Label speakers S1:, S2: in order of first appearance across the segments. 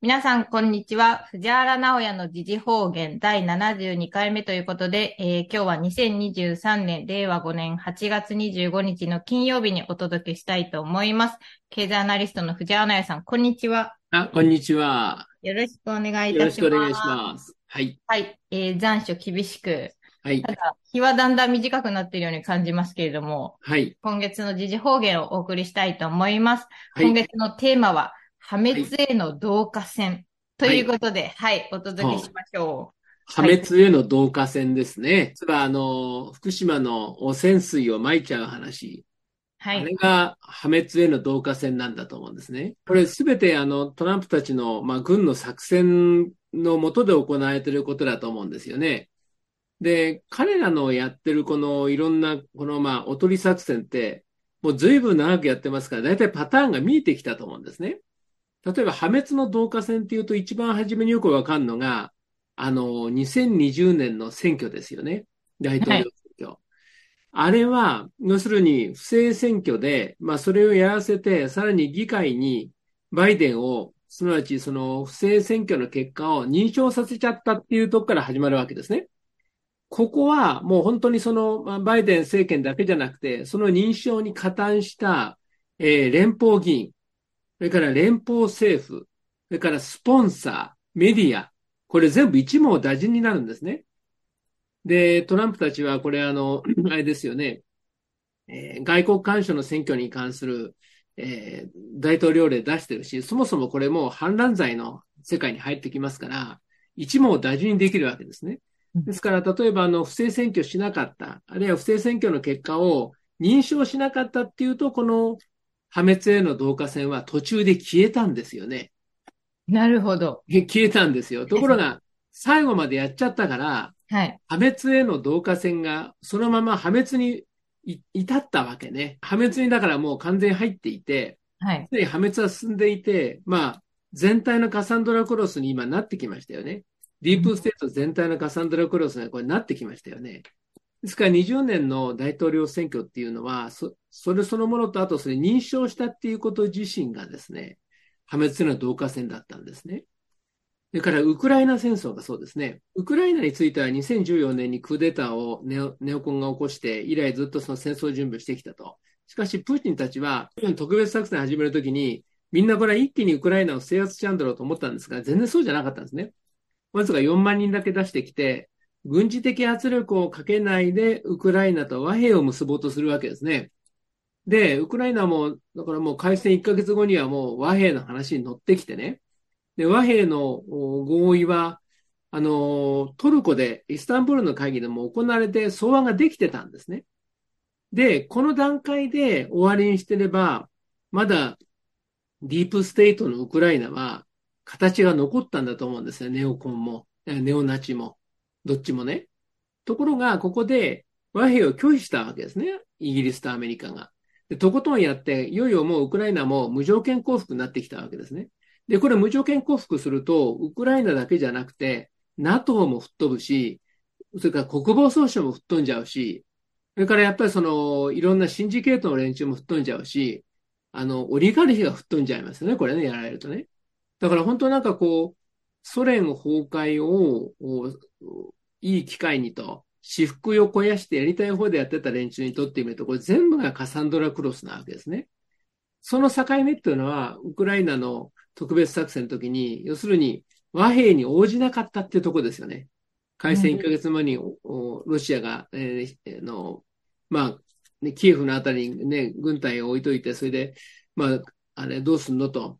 S1: 皆さん、こんにちは。藤原直也の時事方言第72回目ということで、えー今日は2023年、令和5年8月25日の金曜日にお届けしたいと思います。経済アナリストの藤原直也さん、こんにちは。
S2: あ、こんにちは。
S1: よろしくお願いい
S2: よ
S1: た
S2: ろ
S1: し
S2: し
S1: ま
S2: く
S1: す。
S2: お願いします。はい。
S1: はい、えー残暑厳しく、
S2: はい
S1: た。だ、日はだんだん短くなっているように感じますけれども、
S2: はい。
S1: 今月の時事方言をお送りしたいと思います。
S2: はい
S1: 今月のテーマは、破滅への同化線ということで、はい、お届けしましょ
S2: 破滅への同化線ですね。実は、あの、福島の汚染水をまいちゃう話。
S1: う。は
S2: あ
S1: い。
S2: れが破滅への同化線なんだと思うんですね。これすべて、あの、トランプたちの、まあ、軍の作戦の下で行われていることだと思うんですよね。で、彼らのやってるこのいろんな、この、まあ、おとり作戦って、もう随分長くやってますから、大体パターンが見えてきたと思うんですね。例えば、破滅の同化線っていうと、一番初めによくわかるのが、あの、2020年の選挙ですよね。大統領選挙。あれは、要するに、不正選挙で、まあ、それをやらせて、さらに議会に、バイデンを、すなわち、その、不正選挙の結果を認証させちゃったっていうとこから始まるわけですね。ここは、もう本当にその、まあバイデン政権だけじゃなくて、その認証に加担した、えー連邦議員、それから連邦政府、それからスポンサー、メディア、これ全部一網打尽になるんですね。で、トランプたちは、これ、あの、あれですよね、えー外国干渉の選挙に関する、えー大統領令出してるし、そもそもこれもう反乱罪の世界に入ってきますから、一網打尽にできるわけですね。
S1: うん
S2: ですから、例えば、あの、不正選挙しなかった、あるいは不正選挙の結果を認証しなかったっていうと、この破滅への同化線は途中で消えたんですよね。
S1: なるほど。
S2: え消えたんですよ。ところが、最後までやっちゃったから、
S1: はい。
S2: 破滅への同化線がそのまま破滅にい至ったわけね。破滅にだからもう完全に入っていて、
S1: はい。
S2: すでに破滅は進んでいて、まあ、全体のカサンドラクロスに今なってきましたよね。ディープステート全体のカサンドラクロスがこれなってきましたよね。ですから20年の大統領選挙っていうのは、そそれそのものとあとそれ認証したっていうこと自身がですね、破滅の同化線だったんですね。それからウクライナ戦争がそうですね。ウクライナについては2014年にクーデターをネオネオコンが起こして、以来ずっとその戦争準備をしてきたと。しかし、プーチンたちは特別作戦を始めるときに、みんなこれは一気にウクライナを制圧しちゃうんだろうと思ったんですが、全然そうじゃなかったんですね。わずか4万人だけ出してきて、軍事的圧力をかけないで、ウクライナと和平を結ぼうとするわけですね。で、ウクライナも、だからもう開戦1ヶ月後にはもう和平の話に乗ってきてね。で、和平のお合意は、あの、トルコで、イスタンブールの会議でも行われて草案ができてたんですね。で、この段階で終わりにしてれば、まだディープステートのウクライナは形が残ったんだと思うんですよ。ネオコンも、えネオナチも、どっちもね。ところが、ここで和平を拒否したわけですね。イギリスとアメリカが。で、とことんやって、いよいよもうウクライナも無条件降伏になってきたわけですね。で、これ無条件降伏すると、ウクライナだけじゃなくて、NATO も吹っ飛ぶし、それから国防総省も吹っ飛んじゃうし、それからやっぱりその、いろんなシンジケートの連中も吹っ飛んじゃうし、あの、オリガルヒが吹っ飛んじゃいますよね、これね、やられるとね。だから本当なんかこう、ソ連崩壊を、おおいい機会にと、私腹を肥やしてやりたい方でやってた連中にとってみると、これ全部がカサンドラクロスなわけですね。その境目っていうのは、ウクライナの特別作戦の時に、要するに和平に応じなかったっていうところですよね。開戦1ヶ月前に、おおロシアが、えーえーの、まあ、ね、キエフのあたりにね、軍隊を置いといて、それで、まあ、あれ、どうすんのと、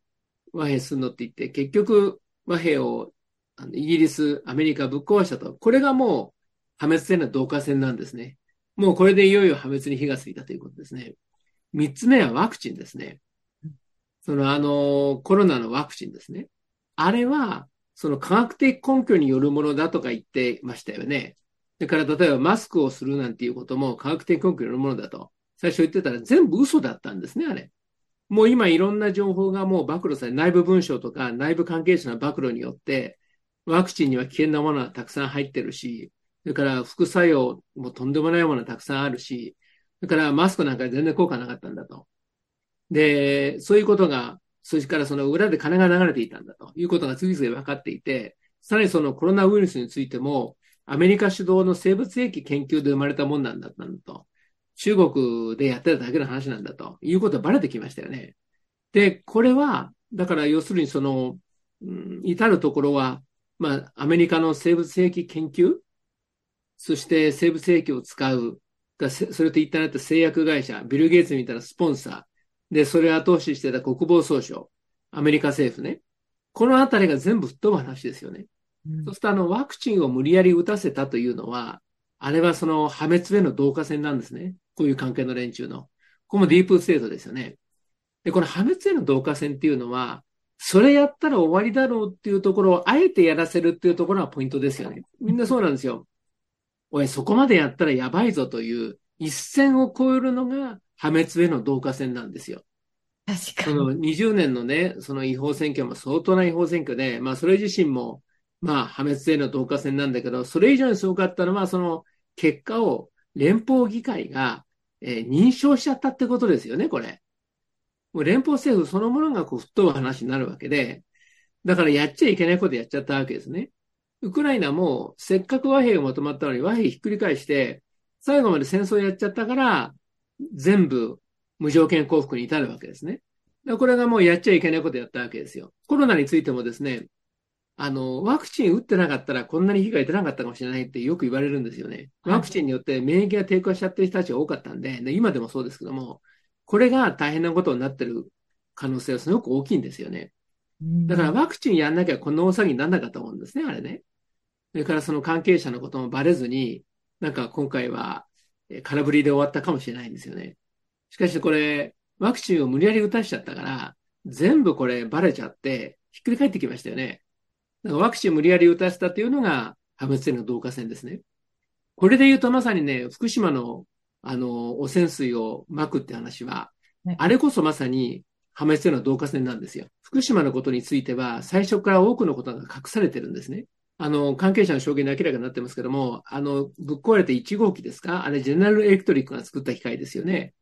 S2: 和平すんのって言って、結局、和平を、あのイギリス、アメリカぶっ壊したと。これがもう、破滅戦の同化戦なんですね。もうこれでいよいよ破滅に火がついたということですね。三つ目はワクチンですね。その、あの、コロナのワクチンですね。あれは、その科学的根拠によるものだとか言ってましたよね。だから、例えばマスクをするなんていうことも科学的根拠によるものだと。最初言ってたら全部嘘だったんですね、あれ。もう今いろんな情報がもう暴露され、内部文書とか内部関係者の暴露によって、ワクチンには危険なものがたくさん入ってるし、それから副作用もとんでもないものがたくさんあるし、それからマスクなんか全然効果なかったんだと。で、そういうことがそれからその裏で金が流れていたんだということが次々分かっていて、さらにそのコロナウイルスについても、アメリカ主導の生物兵器研究で生まれたもんなんだったんだと。中国でやってただけの話なんだということはバレてきましたよね。で、これは、だから要するにその、うん、至るところは、まあ、アメリカの生物兵器研究、そして生物兵器を使う、だそれとインターネット製薬会社、ビル・ゲイツみたいなスポンサー、で、それを後押ししてた国防総省、アメリカ政府ね。このあたりが全部吹っ飛ぶ話ですよね。うん、そうすると、あの、ワクチンを無理やり打たせたというのは、あれはその破滅への導火線なんですね。こういう関係の連中の。ここもディープステートですよね。で、この破滅への導火線っていうのは、それやったら終わりだろうっていうところを、あえてやらせるっていうところがポイントですよね。みんなそうなんですよ。おい、そこまでやったらやばいぞという、一線を越えるのが破滅への導火線なんですよ。
S1: 確
S2: その20年のね、その違法選挙も相当な違法選挙で、まあそれ自身も、まあ破滅への導火線なんだけど、それ以上にすごかったのは、その結果を連邦議会が、えー、認証しちゃったってことですよね、これ。もう連邦政府そのものがこう吹っ飛ぶ話になるわけで、だからやっちゃいけないことやっちゃったわけですね。ウクライナもせっかく和平がまとまったのに和平ひっくり返して、最後まで戦争やっちゃったから、全部無条件降伏に至るわけですね。これがもうやっちゃいけないことやったわけですよ。コロナについてもですね、あの、ワクチン打ってなかったらこんなに被害出なかったかもしれないってよく言われるんですよね。ワクチンによって免疫が低下しちゃってる人たちが多かったんで、で今でもそうですけども、これが大変なことになってる可能性はすごく大きいんですよね。だからワクチンやんなきゃこんな大騒ぎにならなかったもんですね、あれね。それからその関係者のこともバレずに、なんか今回は空振りで終わったかもしれないんですよね。しかしこれ、ワクチンを無理やり打たしちゃったから、全部これバレちゃって、ひっくり返ってきましたよね。だからワクチン無理やり打たせたっていうのが、破滅への導火線ですね。これで言うとまさにね、福島の、あの、汚染水をまくって話は、ね、あれこそまさに破滅への導火線なんですよ。福島のことについては、最初から多くのことが隠されてるんですね。あの、関係者の証言で明らかになってますけども、あの、ぶっ壊れて1号機ですかあれ、ジェネラルエレクトリックが作った機械ですよね。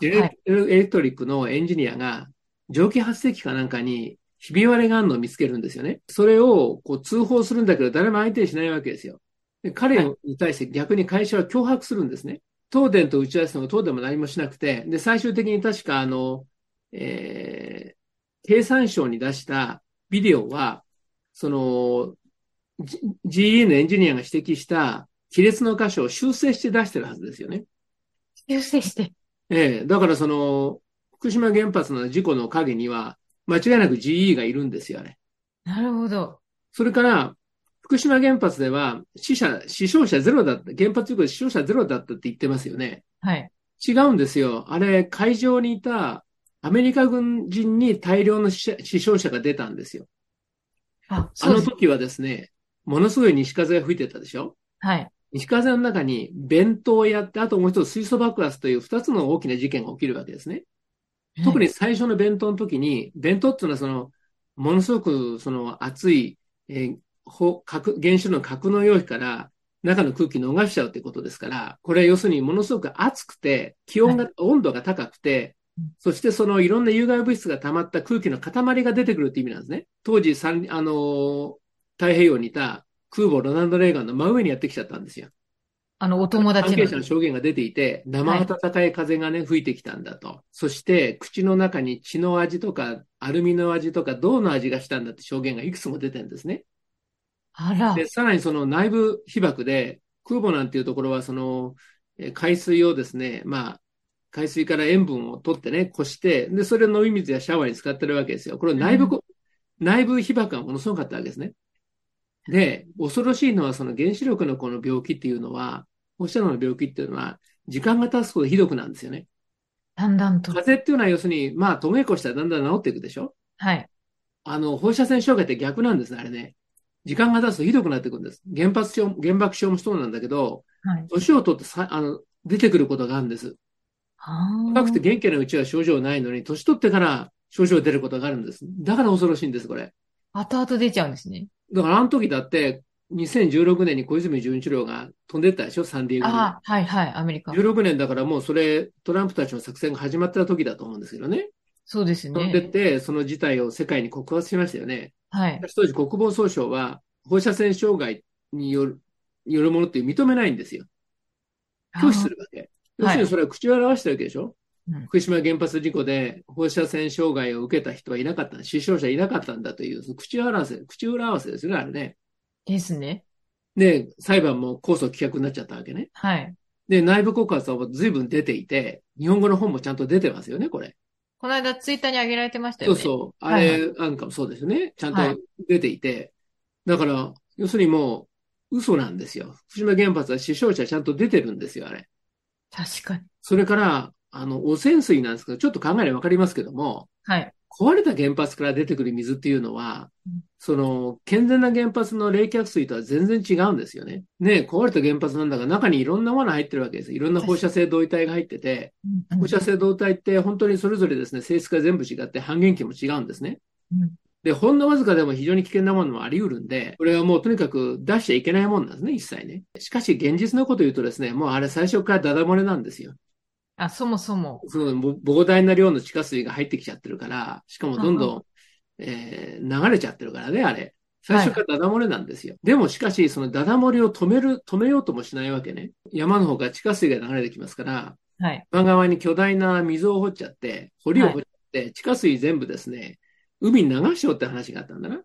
S2: ジェネラルエレクトリックのエンジニアが、蒸気発生器かなんかに、ひび割れがあるのを見つけるんですよね。それをこう通報するんだけど、誰も相手にしないわけですよ。で彼に対して逆に会社は脅迫するんですね。東電と打ち合わせも東電も何もしなくて、で、最終的に確かあの、えー、経産省に出したビデオは、その、G、GE のエンジニアが指摘した亀裂の箇所を修正して出してるはずですよね。
S1: 修正して。
S2: ええー、だからその、福島原発の事故の陰には、間違いなく GE がいるんですよ、あれ。
S1: なるほど。
S2: それから、福島原発では死者、死傷者ゼロだった、原発事故で死傷者ゼロだったって言ってますよね。
S1: はい。
S2: 違うんですよ。あれ、会場にいたアメリカ軍人に大量の死傷者が出たんですよ。
S1: あ
S2: あの時はですね、ものすごい西風が吹いてたでしょ
S1: はい。
S2: 西風の中に弁当をやって、あともう一つ水素爆発という二つの大きな事件が起きるわけですね。特に最初の弁当の時に、弁当っていうのはその、ものすごくその熱い、えー、核原子炉の格納容器から中の空気逃しちゃうってことですから、これは要するにものすごく熱くて、気温が、はい、温度が高くて、そしてそのいろんな有害物質が溜まった空気の塊が出てくるって意味なんですね。当時、あの、太平洋にいた空母ロナルド・レーガンの真上にやってきちゃったんですよ。
S1: あの、お友達
S2: 関係者の証言が出ていて、生暖かい風がね、吹いてきたんだと。はい、そして、口の中に血の味とか、アルミの味とか、銅の味がしたんだって証言がいくつも出てるんですね。
S1: あら。
S2: で、さらにその内部被爆で、空母なんていうところは、その、海水をですね、まあ、海水から塩分を取ってね、こして、で、それを飲み水やシャワーに使ってるわけですよ。これ内部、うん、内部被爆がものすごかったわけですね。で、恐ろしいのは、その原子力のこの病気っていうのは、放射能の病気っていうのは、時間が経つほどひどくなんですよね。
S1: だんだんと。
S2: 風邪っていうのは、要するに、まあ、とげこしたらだんだん治っていくでしょ
S1: はい。
S2: あの、放射線障害って逆なんですね、あれね。時間が経つとひどくなっていくんです。原発症、原爆症もそうなんだけど、
S1: はい、
S2: 年を取ってさあの出てくることがあるんです。若くて元気なうちは症状ないのに、年取ってから症状出ることがあるんです。だから恐ろしいんです、これ。
S1: 後々出ちゃうんですね。
S2: だからあの時だって、2016年に小泉純一郎が飛んでったでしょ、サンディエゴに。
S1: あはいはい、アメリカ。
S2: 16年だからもうそれ、トランプたちの作戦が始まった時だと思うんですけどね。
S1: そうです
S2: 飛んでっ
S1: ね。
S2: て、その事態を世界に告発しましたよね。
S1: はい。
S2: 当時国防総省は放射線障害によるよるものって認めないんですよ。拒否するわけ。要するにそれは口を表してるわけでしょ、
S1: うん
S2: 福島原発事故で放射線障害を受けた人はいなかった、死傷者いなかったんだという、その口裏合わせ、口裏合わせですよね、あれね。
S1: あーですね。
S2: で、裁判も控訴棄却になっちゃったわけね。
S1: はい。
S2: で、内部告発はもう随分出ていて、日本語の本もちゃんと出てますよね、これ。
S1: この間ツイッターに上げられてました
S2: そ
S1: よ
S2: う
S1: ね。う。
S2: そう。あ
S1: はいはい
S2: れなんかもそうですよね。ちゃん
S1: はい
S2: と出ていて。だから、要するにもう嘘なんですよ。福島原発は死傷者ちゃんと出てるんですよ、あれ。
S1: 確かに。
S2: それから、あの、汚染水なんですけど、ちょっと考えればわかりますけども、
S1: はい。
S2: 壊れた原発から出てくる水っていうのは
S1: うん、
S2: その、健全な原発の冷却水とは全然違うんですよね。ねえ壊れた原発なんだが、中にいろんなもの入ってるわけです。いろんな放射性同位体が入ってて、
S1: うん
S2: 放射性同体って本当にそれぞれですね、性質が全部違って半減期も違うんですね
S1: うん。
S2: で、ほんのわずかでも非常に危険なものもあり得るんで、これはもうとにかく出しちゃいけないもんなんですね、一切ね。しかし現実のこと言うとですね、もうあれ最初からダダ漏れなんですよ。
S1: あ、そもそも。
S2: そのぼ膨大な量の地下水が入ってきちゃってるから、しかもどんどん、えー流れちゃってるからね、あれ。最初からダダ漏れなんですよ。でもしかし、そのダダ漏れを止める、止めようともしないわけね。山の方から地下水が流れてきますから、
S1: はい。
S2: 山側に巨大な溝を掘っちゃって、堀を掘っちゃって、地下水全部ですね、海に流しようって話があったんだな。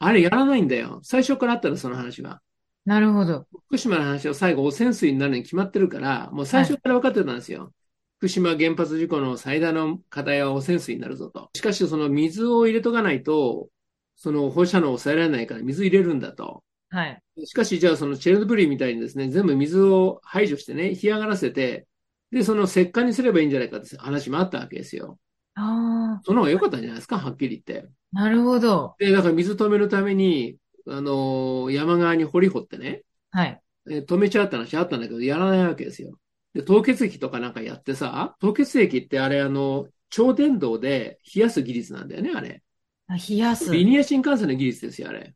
S2: あれやらないんだよ。最初からあったの、その話は。
S1: なるほど。
S2: 福島の話は最後、汚染水になるに決まってるから、もう最初から分かってたんですよ。福島原発事故の最大の課題は汚染水になるぞと。しかし、その水を入れとかないと、その放射能を抑えられないから水入れるんだと。
S1: はい。
S2: しかし、じゃあ、そのチェルノブイリみたいにですね、全部水を排除してね、干上がらせて、で、その石化にすればいいんじゃないかって話もあったわけですよ。
S1: ああ、
S2: その方が良かったんじゃないですか、はっきり言って。
S1: なるほど。
S2: で、だから水止めるために、あのー山側に掘り掘ってね、
S1: はい。
S2: え止めちゃうって話あったんだけど、やらないわけですよ。で、凍結液とかなんかやってさ、凍結液ってあれ、あの、超電導で冷やす技術なんだよね、あれ。
S1: あ、冷やす。
S2: リニア新幹線の技術ですよ、あれ。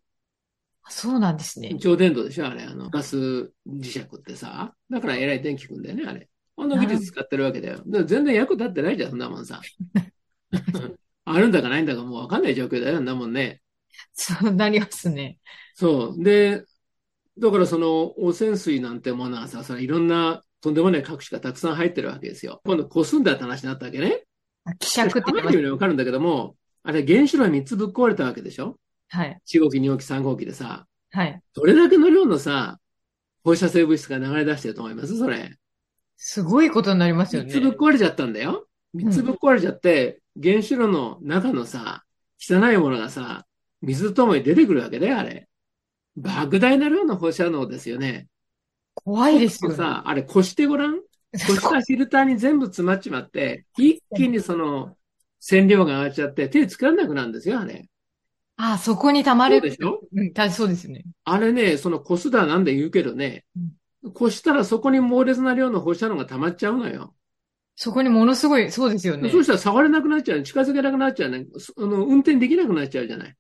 S1: あそうなんですね。
S2: 超電導でしょあれ、あの、ガス磁石ってさ。だからえらい電気くんだよね、あれ。あんな技術使ってるわけだよ。でも全然役立ってないじゃん、そんなも んさ。あるんだかないんだかもうわかんない状況だよ、そんなもんね。
S1: そうなりますね。
S2: そう。で、だからその汚染水なんてものはさ、それいろんなとんでもない各種がたくさん入ってるわけですよ。今度こすんだって話になったわけね。
S1: あ希釈って
S2: 考
S1: 言い
S2: える
S1: ます
S2: ようにわかるんだけども、あれ原子炉3つぶっ壊れたわけでしょ
S1: はい。
S2: ?1 号機、2号機、3号機でさ、
S1: はい。
S2: どれだけの量のさ、放射性物質が流れ出してると思いますそれ。
S1: すごいことになりますよ
S2: 三
S1: ね。
S2: つぶっ壊れちゃったんだよ。三つぶっ壊れちゃって、原子炉の中のさ、汚いものがさ、水とともに出てくるわけだよ、あれ。莫大な量の放射能ですよね。
S1: 怖いですよね。
S2: さ、あれ、こしてごらん。こしたフィルターに全部詰まっちまって、一気にその、線量が上がっちゃって、手つけられなくなるんですよ、あれ。
S1: あ、そこに溜ま
S2: そう
S1: る。
S2: でしょ
S1: うん、たそうですよね。
S2: あれね、そのこすだなんで言うけどね、こしたらそこに猛烈な量の放射能が溜まっちゃうのよ。
S1: そこにものすごい、そうですよね。
S2: そうしたら触れなくなっちゃう、近づけなくなっちゃうね。そあの、運転できなくなっちゃうじゃない。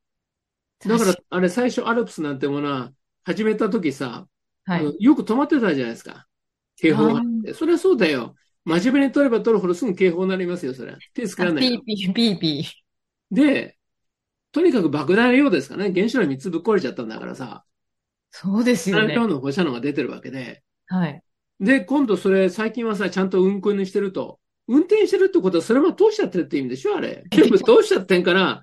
S2: だから
S1: 確、
S2: あれ、最初、アルプスなんてものは、始めた時さ、
S1: かに
S2: あ
S1: はい。
S2: のよく止まってたじゃないですか。警報が
S1: あ
S2: あって。それはそうだよ。真面目に取れば取るほどすぐ警報になりますよ、それ。手つから
S1: あ
S2: な
S1: ピ
S2: いよ
S1: ー。ピー、ピーピー。
S2: で、とにかく莫大な量ですからね。原子炉3つぶっ壊れちゃったんだからさ、
S1: そうですよ
S2: 何
S1: ね。
S2: 量の放射能が出てるわけで。
S1: はい。
S2: で、今度それ、最近はさ、ちゃんと運行にしてると。運転してるってことは、それも通しちゃってるって意味でしょあれ。全部通しちゃってんから、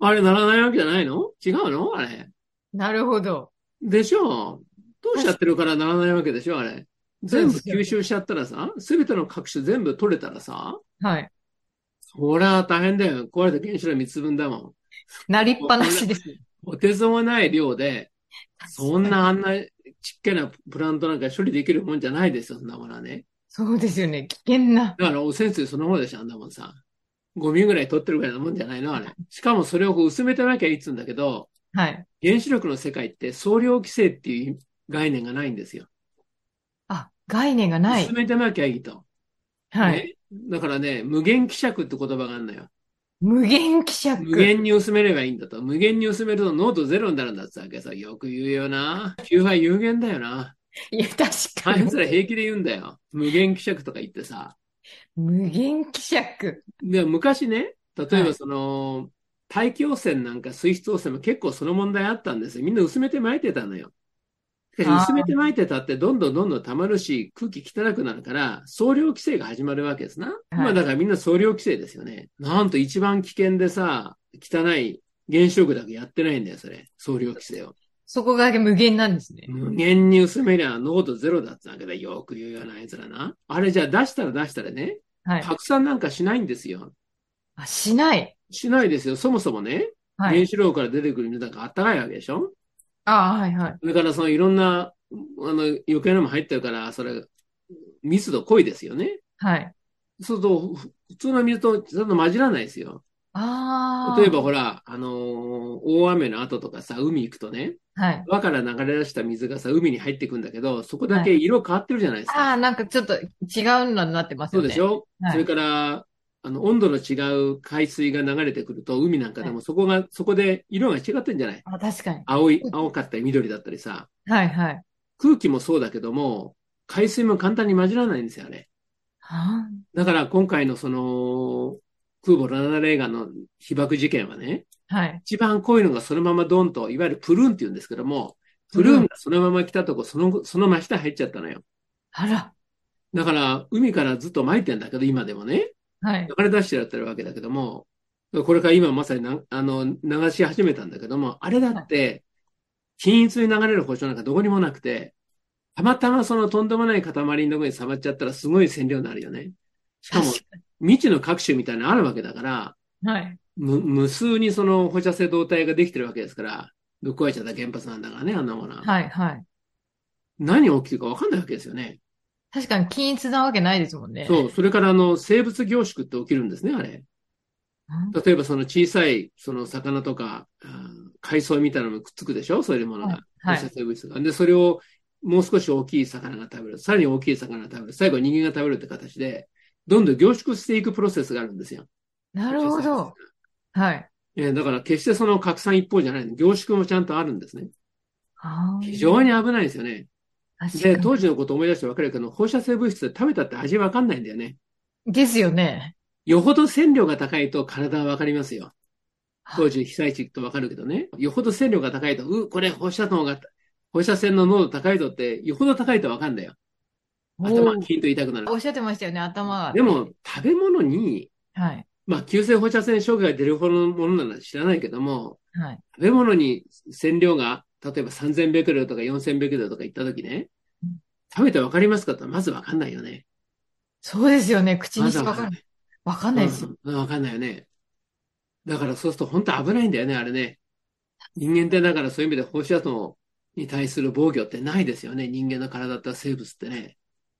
S2: あれならないわけじゃないの違うのあれ。
S1: なるほど。
S2: でしょ通しちゃってるからならないわけでしょあれ。全部吸収しちゃったらさ、すべての各種全部取れたらさ、
S1: はい。
S2: そりゃ大変だよ。壊れた原子炉3つ分だもん。
S1: なりっぱなしです。
S2: とてつもない量で、そんなあんなちっけなプラントなんか処理できるもんじゃないですよ、そんなものはね。
S1: そうですよね。危険な。
S2: だから汚染水そのものでしょ、あんなもんさ。ゴミぐらい取ってるぐらいのもんじゃないの、あれ。しかもそれをこう薄めてなきゃいいっつうんだけど、
S1: はい。
S2: 原子力の世界って総量規制っていう概念がないんですよ。
S1: あ、概念がない
S2: 薄。めてなきゃいいと。
S1: はい。
S2: ねだからね、無限希釈って言葉があるのよ。
S1: 無限希釈。
S2: 無限に薄めればいいんだと。無限に薄めると濃度ゼロになるんだってわけさ。よく言うよな。9は有限だよな。
S1: いや、確
S2: あ
S1: か
S2: い
S1: に
S2: つ。ら平気で言うんだよ。無限希釈とか言ってさ。
S1: 無限希釈。
S2: で、昔ね、例え
S1: は
S2: ば
S1: い
S2: その、大気汚染なんか水質汚染も結構その問題あったんですよ。みんな薄めて撒いてたのよ。しかし
S1: あー
S2: 薄めて撒いてたってどんどんどんどん溜まるし、空気汚くなるから、総量規制が始まるわけですな。まあだからみんな総量規制ですよね。なんと一番危険でさ、汚い原子力だけやってないんだよ、それ。総量規制を。
S1: そこだけ無限なんですね。
S2: 無限に薄めりゃ濃度ゼロだってわけだよ。よく言うようなあいつらな。あれじゃあ出したら出したらね、
S1: はい。
S2: 拡散なんかしないんですよ。
S1: あ、しない。
S2: しないですよ。そもそもね、
S1: は
S2: 原
S1: い。
S2: 子炉から出てくる水なんかあったかいわけでしょ
S1: ああ、はいはい。
S2: それからそのいろんな、あの、余計なのも入ってるから、それ、密度濃いですよね。
S1: はい。
S2: そうすると、ふ普通の水とちゃんと混じらないですよ。
S1: ああ。
S2: 例えばほら、あのー大雨の後とかさ、海行くとね、
S1: はい。
S2: 川から流れ出した水がさ、海に入ってくんだけど、そこだけ色変わってるじゃないですか。
S1: ああ、なんかちょっと違うのになってます
S2: そ
S1: よ
S2: う
S1: ね。
S2: でしょ、
S1: はい
S2: それから、あの、温度の違う海水が流れてくると、海なんかでもそこが、そこで色が違ってんじゃない
S1: あ、確かに。
S2: 青い、青かったり緑だったりさ、
S1: はいはい。
S2: 空気もそうだけども、海水も簡単に混じらないんですよね。
S1: は
S2: だから今回のその、空母ラナレーガンの被爆事件はね、
S1: あはい。
S2: 一番濃いのがそのままドンと、いわゆるプルーンって言うんですけども、プルーンがそのまま来たとこ、その、その真下入っちゃったのよ。
S1: あら。
S2: だから、海からずっと巻いてんだけど、今でもね。
S1: はい。
S2: 流れ出してやってるわけだけども、これから今まさになあの流し始めたんだけども、あれだって、均一に流れる保証なんかどこにもなくて、たまたまそのとんでもない塊のとこに触っちゃったらすごい線量になるよね。しかも
S1: 確、
S2: 未知の各種みたいなのあるわけだから、
S1: にはい。
S2: む無数にその放射性動体ができてるわけですから、ぶっ壊れちゃった原発なんだからね、あんなものは。
S1: はいはい。
S2: 何が起きるかわかんないわけですよね。
S1: 確かに均一なわけないですもんね。
S2: そう、それからあの生物凝縮って起きるんですね、あれ。
S1: うん。
S2: 例えばその小さいその魚とか、うん海藻みたいなのもくっつくでしょそういうものが。
S1: は
S2: 放射
S1: い。
S2: 性物質が。で、それをもう少し大きい魚が食べる。さらに大きい魚が食べる。最後人間が食べるって形で、どんどん凝縮していくプロセスがあるんですよ。
S1: なるほど。はい。
S2: えーだから決してその拡散一方じゃない。凝縮もちゃんとあるんですね。
S1: ああ。
S2: 非常に危ないですよね。
S1: 確か
S2: で、
S1: に
S2: 当時のことを思い出してわかるけど、放射性物質って食べたって味わかんないんだよね。
S1: ですよね。
S2: よほど線量が高いと体はわかりますよ。当時被災地とわかるけどね。よほど線量が高いと、う、これ放射能が、放射線の濃度高いとって、よほど高いとわかんだよ。頭がキンと痛くなる
S1: お。っしゃってましたよね、頭が。
S2: でも、食べ物に、
S1: はい。
S2: まあ、急性放射線障害が出るほどのものなら知らないけども、
S1: はい。
S2: 食べ物に線量が、例えば3000ベクレルとか4000ベクレルとか言った時ね
S1: うん、
S2: 食べてわかりますかってまずわかんないよね。
S1: そうですよね、口
S2: ま
S1: に
S2: ず
S1: してわか
S2: ん
S1: る
S2: ない。
S1: わかんないですよ。
S2: うんうんわかんないよね。だからそうすると本当危ないんだよね、あれね。人間ってだからそういう意味で放射能に対する防御ってないですよね。人間の体だったら生物ってね。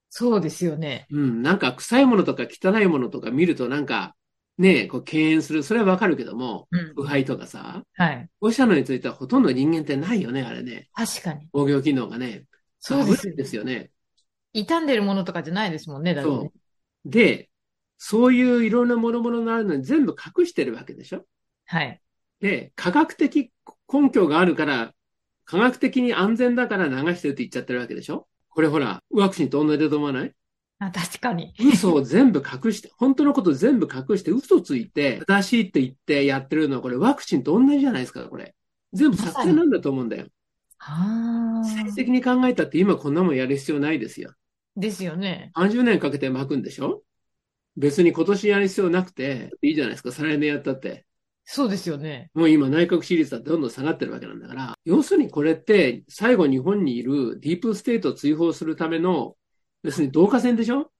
S1: そうですよね。
S2: うん、なんか臭いものとか汚いものとか見るとなんか、ねえ、こう敬遠する。それはわかるけども、
S1: うん。
S2: 腐敗とかさ、
S1: はい。
S2: 放射能についてはほとんど人間ってないよね、あれね。
S1: 確かに。
S2: 防御機能がね。
S1: そうです
S2: 危
S1: よ
S2: ないですよね。
S1: 傷んでるものとかじゃないですもんね、だってね
S2: そう。で、そういういろんなもろもろがあるのに全部隠してるわけでしょ
S1: はい。
S2: で、科学的根拠があるから、科学的に安全だから流してるって言っちゃってるわけでしょこれほら、ワクチンと同じだと思わない
S1: あ、確かに。
S2: 嘘を全部隠して、 本当のこと全部隠して、嘘ついて、正しいって言ってやってるのは、これワクチンと同じじゃないですか、これ。全部作戦なんだと思うんだよ。
S1: あ
S2: 政治
S1: あ。
S2: 的に考えたって今こんなもんやる必要ないですよ。
S1: ですよね。
S2: 30年かけて巻くんでしょ別に今年やる必要なくて、いいじゃないですか、再来年やったって。
S1: そうですよね。
S2: もう今内閣支持率はどんどん下がってるわけなんだから、要するにこれって最後日本にいるディープステートを追放するための、要するに同化戦でしょ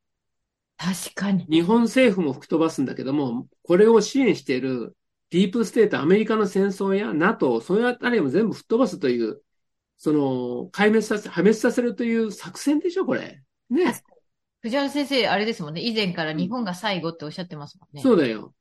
S1: 確かに。
S2: 日本政府も吹き飛ばすんだけども、これを支援しているディープステート、アメリカの戦争や NATO、そういうあたりも全部吹っ飛ばすという、その、壊滅させ、破滅させるという作戦でしょ、これ。ね。
S1: 藤原先生、あれですもんね。以前から日本が最後っておっしゃってますもんね。
S2: そうだよ。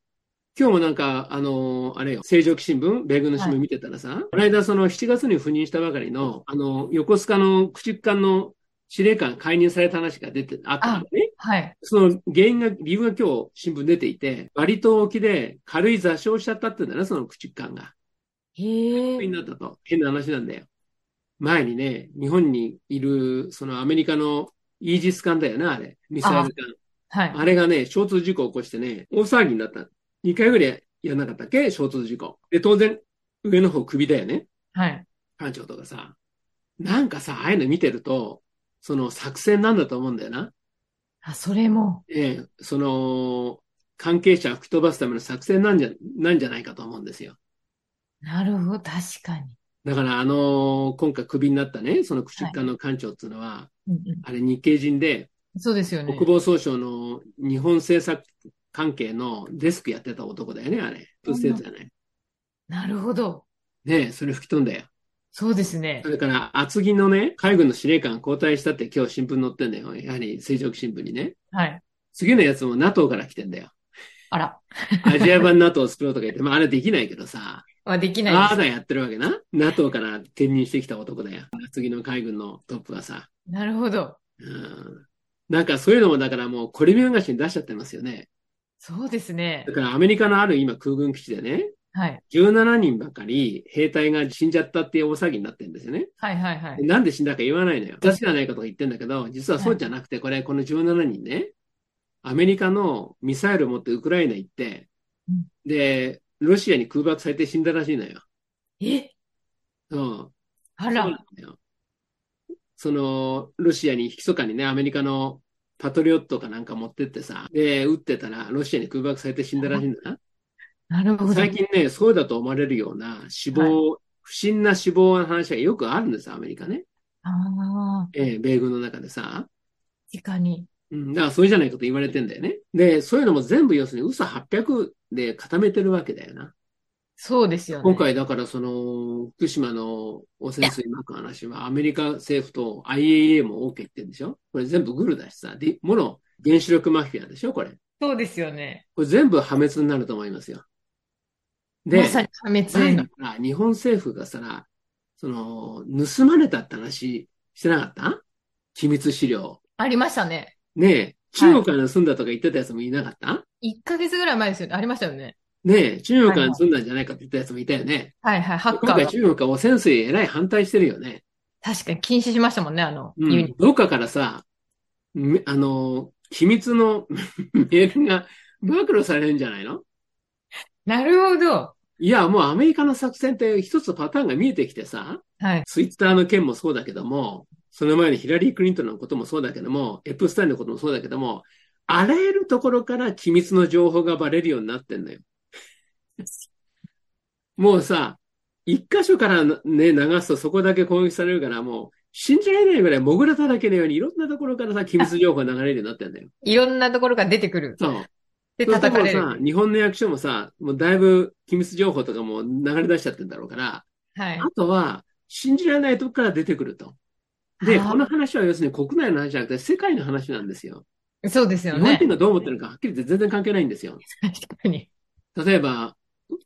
S2: 今日もなんか、あのーあれよ、成城新聞、米軍の新聞見てたらさ、この間その7月に赴任したばかりの、あの、横須賀の駆逐艦の司令官解任された話が出て、あったのね。
S1: はい。
S2: その原因が、理由が今日新聞出ていて、バリ島沖で軽い座礁しちゃったってんだな、その駆逐艦が。
S1: へ
S2: に
S1: え。
S2: なったと。変な話なんだよ。前にね、日本にいる、そのアメリカのイージス艦だよな、あれ。ミサイル艦。
S1: はい。
S2: あれがね、衝突事故を起こしてね、大騒ぎになった。2回ぐらいやんなかったっけ衝突事故。で、当然、上の方首だよね。
S1: はい。
S2: 艦長とかさ。なんかさ、ああいうの見てると、その作戦なんだと思うんだよな。
S1: あ、それも。
S2: ええ、その、関係者を吹き飛ばすための作戦なんじゃ、なんじゃないかと思うんですよ。
S1: なるほど。確かに。
S2: だから、あの今回クビになったね、その駆逐艦の艦長っていうのは、
S1: うんう
S2: あれ日系人で、
S1: ん、そうですよね
S2: 国。防総省の日本政策関係のデスクやってた男だよね、あれ。プステートじゃない。
S1: なるほど。
S2: ねえ、それ吹き飛んだよ。
S1: そうですね
S2: そ。れから、厚木のね、海軍の司令官交代したって今日新聞載ってんだよ。やはり、成城新聞にね。
S1: はい。
S2: 次のやつも NATO から来てんだよ。
S1: あら。
S2: アジア版 NATO を作ろうとか言って、まああれできないけどさ、
S1: はできないで。
S2: ますだやってるわけな。NATO から転任してきた男だよ。厚木の海軍のトップがさ。
S1: なるほど。
S2: うん。なんかそういうのもだからもう、こりめがしに出しちゃってますよね。
S1: そうですね
S2: だ。からアメリカのある今空軍基地でね、
S1: はい。
S2: 17人ばかり兵隊が死んじゃったっていう大騒ぎになってるんですよね。
S1: はいはいはい。
S2: なんで死んだか言わないのよ。私じゃないかとか言ってんだけど、実はそうじゃなくて、これ、この17人ね、アメリカのミサイルを持ってウクライナ行って
S1: うん、
S2: で、ロシアに空爆されて死んだらしいのよ。
S1: え
S2: うん。
S1: あ
S2: そう
S1: ら
S2: な。んだよその、ロシアに密かにね、アメリカのパトリオットかなんか持ってってさ、で、撃ってたら、ロシアに空爆されて死んだらしいんだな。
S1: なるほど。
S2: 最近ね、そうだと思われるような死亡、不審な死亡の話がよくあるんですよ、アメリカね。
S1: ああ、
S2: ええ米軍の中でさ。
S1: 確かに。
S2: うん、だからそれじゃないかと言われてんだよね。で、そういうのも全部要するに嘘800で固めてるわけだよな。
S1: そうですよね。
S2: 今回だからその、福島の汚染水まく話はアメリカ政府と IAEA も OK って言うんでしょこれ全部グルだしさ。で、もろ原子力マフィアでしょこれ。
S1: そうですよね。
S2: これ全部破滅になると思いますよ。で、
S1: まさに破滅への。
S2: 前に日本政府がさ、その、盗まれたって話してなかった機密資料。
S1: ありましたね。
S2: ねえ、中国から盗んだとか言ってたやつもいなかった、
S1: 1ヶ月ぐらい前ですよね。ありましたよね。
S2: ねえ、中国から盗んだんじゃないかって言ったやつもいたよね。
S1: はいはい。ハッカ
S2: 今
S1: ー
S2: 回
S1: が。
S2: 中国は汚染水えらい反対してるよね。
S1: 確かに禁止しましたもんね、あの、
S2: う
S1: ユ
S2: ん
S1: ニ。
S2: どっかからさ、めあの、機密の メールが暴露されるんじゃないの
S1: なるほど。
S2: いや、もうアメリカの作戦って一つパターンが見えてきてさ、
S1: はい。
S2: ツイッターの件もそうだけども、その前にヒラリー・クリントンのこともそうだけども、エプスタインのこともそうだけども、あらゆるところから機密の情報がバレるようになってん のよ。もうさ、一箇所からね、流すとそこだけ攻撃されるから、もう信じられないぐらいモグラだらけのようにいろんなところからさ、機密情報が流れるようになってん だよ。
S1: いろんなところから出てくる。
S2: そう。
S1: で、
S2: そうする
S1: 叩
S2: と
S1: か
S2: もう
S1: れる。
S2: さ、日本の役所もさ、もうだいぶ機密情報とかも流れ出しちゃってんだろうから、
S1: はい。
S2: あとは、信じられないとこから出てくると。で、
S1: あー
S2: この話は要するに国内の話じゃなくて世界の話なんですよ。
S1: そうです
S2: 日
S1: よ
S2: 本
S1: ね
S2: 人。がどう思ってるかはっきり言って全然関係ないんですよ。
S1: 確かに。
S2: 例えば、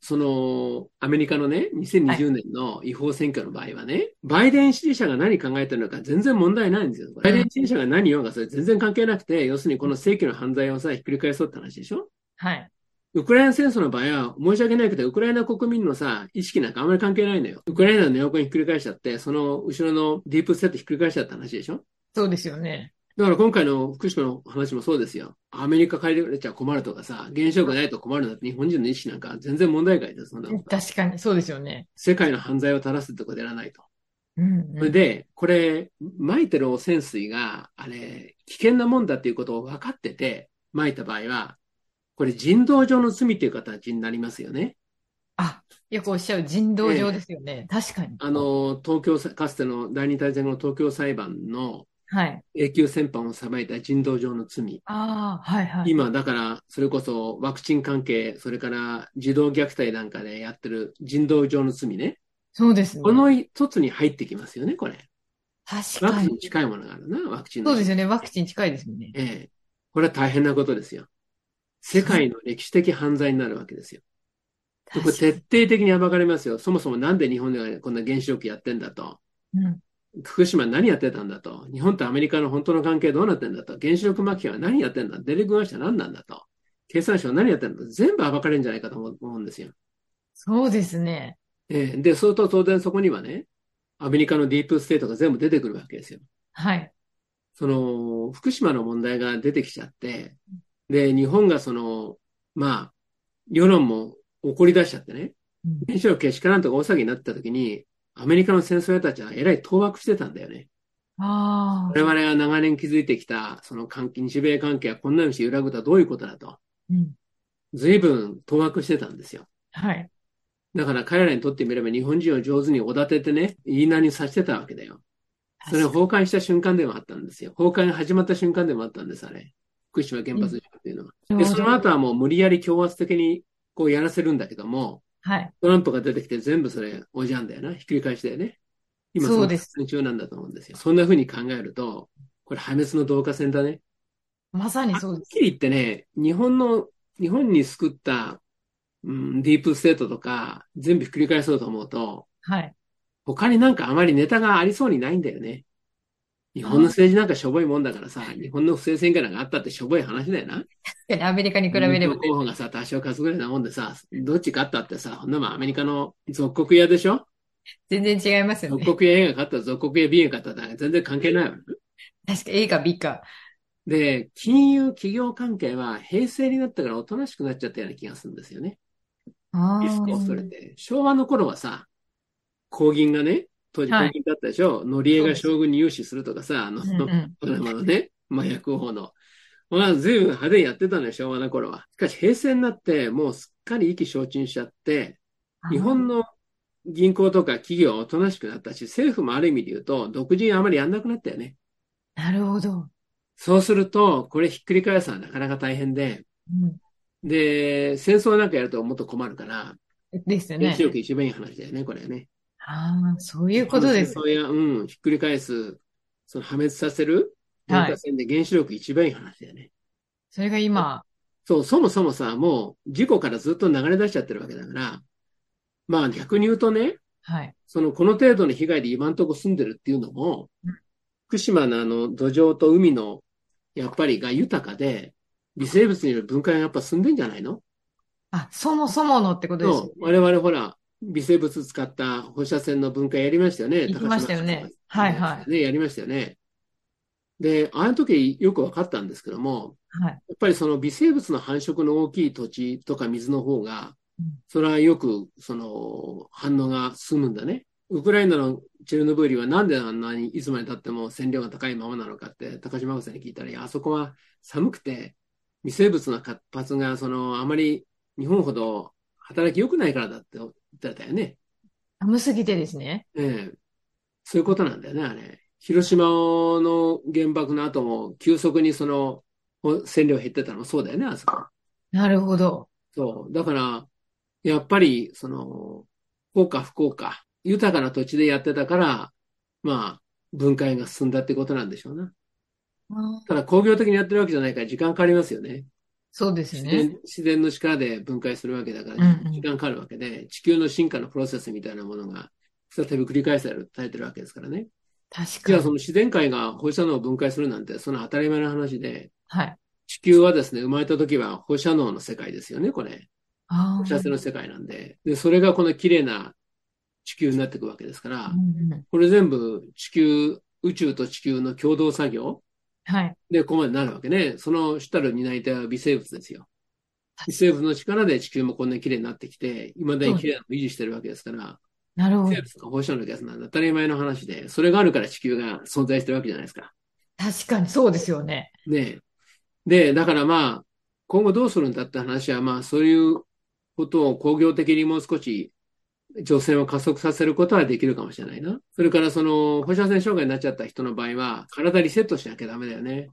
S2: その、アメリカのね、2020年の違法選挙の場合はね、バイデン支持者が何考えてるのか全然問題ないんですよ。バイデン支持者が何言おうがそれ全然関係なくて、要するにこの世紀の犯罪をさ、ひっくり返そうって話でしょ
S1: はい。
S2: ウクライナ戦争の場合は、申し訳ないけど、ウクライナ国民のさ、意識なんかあんまり関係ないのよ。ウクライナのネオコンひっくり返しちゃって、その後ろのディープステットひっくり返しちゃった話でしょ
S1: そうですよね。
S2: だから今回の福島の話もそうですよ。アメリカ帰れちゃ困るとかさ、原子力ないと困るなんて日本人の意識なんか全然問題外です。そんなの
S1: 確かに。そうですよね。
S2: 世界の犯罪を垂らすとこでやらないと。
S1: うん、
S2: それ
S1: うん。
S2: で、これ、撒いてる汚染水が、あれ、危険なもんだっていうことを分かってて、撒いた場合は、これ人道上の罪っていう形になりますよね。
S1: あ、よくおっしゃる人道上ですよね。確かに。
S2: あ、の、東京さ、かつての第二大戦後の東京裁判の
S1: はい。
S2: 永久戦犯を裁いた人道上の罪。
S1: ああ、はいはい。
S2: 今、だから、それこそワクチン関係、それから児童虐待なんかでやってる人道上の罪ね。
S1: そうですね。
S2: この一つに入ってきますよね、これ。
S1: 確
S2: ワク
S1: か
S2: チンに
S1: に。
S2: 近いものがあるな、ワクチンの。
S1: そうですよね。ワクチン近いですもんね。
S2: ええ。これは大変なことですよ。世界の歴史的犯罪になるわけですよ。これ
S1: 確か
S2: 徹底的に暴かれますよ。そもそもなんで日本でこんな原子力やってんだと。
S1: にうん。
S2: 福島何やってたんだと。日本とアメリカの本当の関係どうなってんだと。原子力マフィアは何やってんだ。デレグ会社何なんだと。経産省は何やってんだと。全部暴かれるんじゃないかと思う思うんですよ。
S1: そうですね。
S2: ええで、そうすると当然そこにはね、アメリカのディープステートが全部出てくるわけですよ。
S1: はい。
S2: その、福島の問題が出てきちゃって、で、日本がその、まあ、世論も怒り出しちゃってね、原子力けしからんとか大騒ぎになった時に、アメリカの戦争家たちはえらい倒幕してたんだよね。
S1: あ
S2: 我々が長年築いてきた、その関係、日米関係はこんなにして揺らぐとはどういうことだと。
S1: ーうん。
S2: 随分当惑してたんですよ。
S1: はい。
S2: だから彼らにとってみれば日本人を上手におだててね、言いなりにさせてたわけだよ。それを崩壊した瞬間でもあったんですよ。崩壊が始まった瞬間でもあったんです、あれ。福島原発事故っていうのは。
S1: うん
S2: で、その後はもう無理やり強圧的にこうやらせるんだけども、
S1: はい。
S2: トランプが出てきて全部それおじゃんだよな。ひっくり返しだよね。今
S1: そうです
S2: の戦中なんだと思うんですよ。そんな風に考えると、これ破滅の導火線だね。
S1: まさに
S2: は
S1: そう
S2: っ
S1: です。
S2: きり言ってね、日本の、日本に救った、うん、ディープステートとか、全部ひっくり返そうと思うと、
S1: はい。
S2: 他になんかあまりネタがありそうにないんだよね。日本の政治なんかしょぼいもんだからさ、日本の不正選挙なんかあったってしょぼい話だよな。
S1: 確かにアメリカに比べれば
S2: 民主党。候補がさ、多少数ぐらいなもんでさ、どっち勝ったってさ、ほんなもんアメリカの属国屋でしょ
S1: 全然違いますよね。
S2: 属国屋 A が勝ったら属国屋 B が勝ったら全然関係ないわ。
S1: 確か A か B か。
S2: で、金融企業関係は平成になったからおとなしくなっちゃったような気がするんですよね。
S1: あ
S2: リスクを恐れて。昭和の頃はさ、公銀がね、当時公
S1: はい
S2: 銀だったでしょ、乗り絵が将軍に融資するとかさ、あの、
S1: うんうん
S2: ドラマのね、麻薬法の。まあ、随分派手にやってたのよ、昭和の頃は。しかし、平成になって、もうすっかり意気消沈しちゃって、日本の銀行とか企業はおとなしくなったし、政府もある意味で言うと、独自にあまりやんなくなったよね。
S1: なるほど。
S2: そうすると、これひっくり返すのはなかなか大変で、
S1: うん
S2: で、戦争なんかやるともっと困るから、
S1: ですよね
S2: 原。子力一番いい話だよね、これね。
S1: ああ、そういうことです。
S2: そういう、うん、ひっくり返す、その破滅させる、
S1: はい
S2: 文化線で原子力一番いい話だよね。
S1: それが今、
S2: そう、そもそもさ、もう事故からずっと流れ出しちゃってるわけだから、まあ逆に言うとね、
S1: はい。
S2: そのこの程度の被害で今んとこ住んでるっていうのも、福島のあの土壌と海のやっぱりが豊かで、微生物による分解がやっぱ進んでんじゃないの
S1: あ、そもそものってことですよ
S2: そう、我々ほら、微生物使った放射線の分解やりましたよね。
S1: 行きましたよね
S2: 高島さん
S1: はいはい
S2: ね、やりましたよね。で、あの時よく分かったんですけども、
S1: はい。
S2: やっぱりその微生物の繁殖の大きい土地とか水の方が
S1: うん、
S2: それはよくその反応が進むんだね。ウクライナのチェルノブイリはなんであんなにいつまでたっても線量が高いままなのかって高島さんに聞いたら、いやあそこは寒くて微生物の活発がそのあまり日本ほど働き良くないからだって言ってたよね。
S1: 寒すぎてですね。
S2: ええ、そういうことなんだよね、あれ。広島の原爆の後も急速にそのお線量減ってたのもそうだよね、あそこ。
S1: なるほど。
S2: そう。だから、やっぱり、その、幸か不幸か、豊かな土地でやってたから、まあ、分解が進んだってことなんでしょうな。ただ工業的にやってるわけじゃないから時間かかりますよね。
S1: そうです
S2: 自
S1: ね。
S2: 然自然の力で分解するわけだか
S1: うんう
S2: ら
S1: ん
S2: 時間かかるわけで、地球の進化のプロセスみたいなものが再び繰り返される、耐えてるわけですからね。
S1: 確
S2: じ
S1: か
S2: ゃあそ
S1: に。
S2: の自然界が放射能を分解するなんて、その当たり前の話で、
S1: はい。
S2: 地球はですね、生まれた時は放射能の世界ですよね、これ。
S1: あ
S2: お知
S1: あ
S2: らせの世界なんで、で、それがこの綺麗な地球になっていくわけですから
S1: う、んうん
S2: これ全部地球、宇宙と地球の共同作業
S1: はい。
S2: で、ここまでなるわけね。その主たる担い手は微生物ですよ。
S1: 確かに
S2: 微生物の力で地球もこんなに綺麗になってきて、未だに綺麗なのを維持してるわけですから、
S1: なるほ
S2: 微
S1: ど
S2: 生。物が放射能のやつなんて当たり前の話で、それがあるから地球が存在してるわけじゃないですか。
S1: 確かにそうですよね。
S2: ねえで、だからまあ、今後どうするんだって話は、まあ、そういうことを工業的にもう少し、情勢を加速させることはできるかもしれないな。それから、その、放射線障害になっちゃった人の場合は、体リセットしなきゃダメだよね。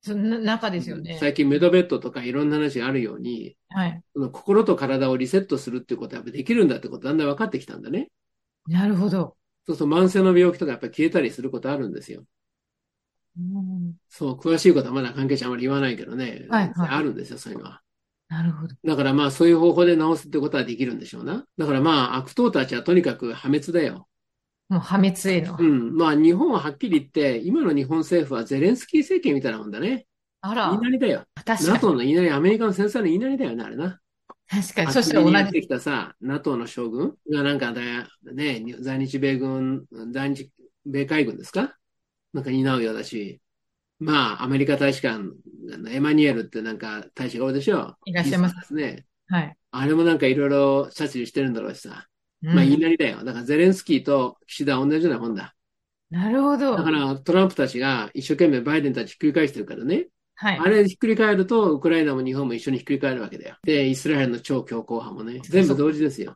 S1: その中ですよね。
S2: 最近、メドベッドとかいろんな話があるように、
S1: はい。
S2: その心と体をリセットするってことはやっぱできるんだってことだんだん分かってきたんだね。
S1: なるほど。
S2: そうすると慢性の病気とかやっぱり消えたりすることあるんですよ。
S1: うん
S2: そう、詳しいことはまだ関係者あまり言わないけどね。
S1: はいはい
S2: あるんですよ、そういうのは。
S1: なるほど。
S2: だからまあそういう方法で治すってことはできるんでしょうな。だからまあ悪党たちはとにかく破滅だよ。
S1: もう破滅への
S2: う。ん。まあ日本ははっきり言って、今の日本政府はゼレンスキー政権みたいなもんだね。
S1: あ
S2: 言い
S1: ら、
S2: なりだよ。
S1: 確かに。
S2: NATO の言いなり、アメリカの戦争の言いなりだよね、あれな。
S1: 確かに。
S2: あ
S1: そしたら
S2: 国にやっ
S1: 同
S2: て
S1: じ。
S2: きたさ、NATO の将軍がなんかだよね、在日米軍、在日米海軍ですかなんか担うようだし、まあ、アメリカ大使館、あのエマニュエルってなんか大使がおるでしょ。
S1: いらっしゃいます
S2: い。ですね。
S1: はい。
S2: あれもなんかいろいろ車中してるんだろうしさ。まあ、
S1: うん
S2: 言いなりだよ。だからゼレンスキーと岸田は同じようなもんだ。
S1: なるほど。
S2: だからトランプたちが一生懸命バイデンたちひっくり返してるからね。
S1: はい
S2: あ。れひっくり返ると、ウクライナも日本も一緒にひっくり返るわけだよ。で、イスラエルの超強硬派もね、全部同時ですよ。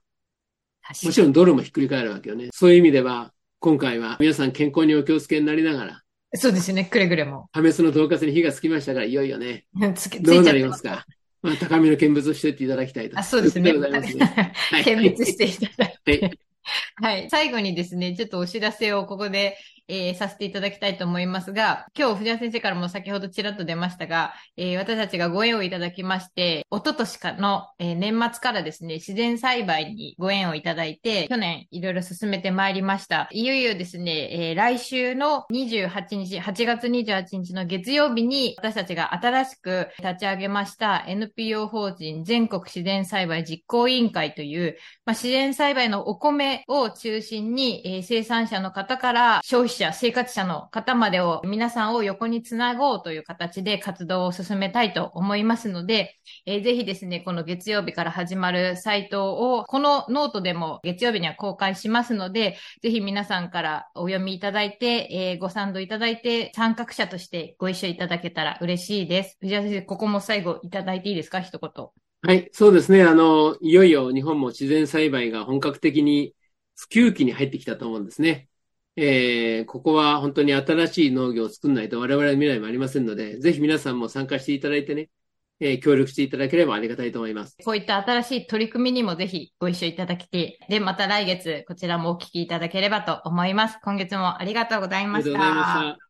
S1: 確か
S2: もちろんドルもひっくり返るわけよね。そういう意味では、今回は皆さん健康にお気をつけになりながら、
S1: にそうですよね。くれぐれも。
S2: 破滅の導火線に火がつきましたから、いよいよね、
S1: つけつい
S2: ど
S1: ち
S2: うな
S1: ゃっ
S2: り
S1: て
S2: ますか。まあ、高みの見物をしてっていただきたいと。
S1: あ、そうですね。
S2: といこと でございますね。はい
S1: 見物していただいて。
S2: は
S1: はい。最後にですね、ちょっとお知らせをここで、えーさせていただきたいと思いますが、今日藤原先生からも先ほどちらっと出ましたが、えー私たちがご縁をいただきまして、一昨年かの、えー年末からですね、自然栽培にご縁をいただいて、去年いろいろ進めてまいりました。いよいよですね、えー来週の28日、8月28日の月曜日に、私たちが新しく立ち上げました NPO 法人全国自然栽培実行委員会という、まあ、自然栽培のお米を中心に、えー生産者の方から消費者、生活者の方までを皆さんを横につなごうという形で活動を進めたいと思いますので、えーぜひですね、この月曜日から始まるサイトを、このノートでも月曜日には公開しますので、ぜひ皆さんからお読みいただいて、えーご賛同いただいて、参画者としてご一緒いただけたら嬉しいです。藤原先生、ここも最後いただいていいですか一言。
S2: はい、そうですね。あの、いよいよ日本も自然栽培が本格的に普及期に入ってきたと思うんですね。えーここは本当に新しい農業を作んないと我々の未来もありませんので、ぜひ皆さんも参加していただいてね、えー協力していただければありがたいと思います。
S1: こういった新しい取り組みにもぜひご一緒いただきて、で、また来月こちらもお聞きいただければと思います。今月もありがとうござい
S2: あ
S1: ま
S2: りが
S1: し
S2: とうございま
S1: た
S2: し。た。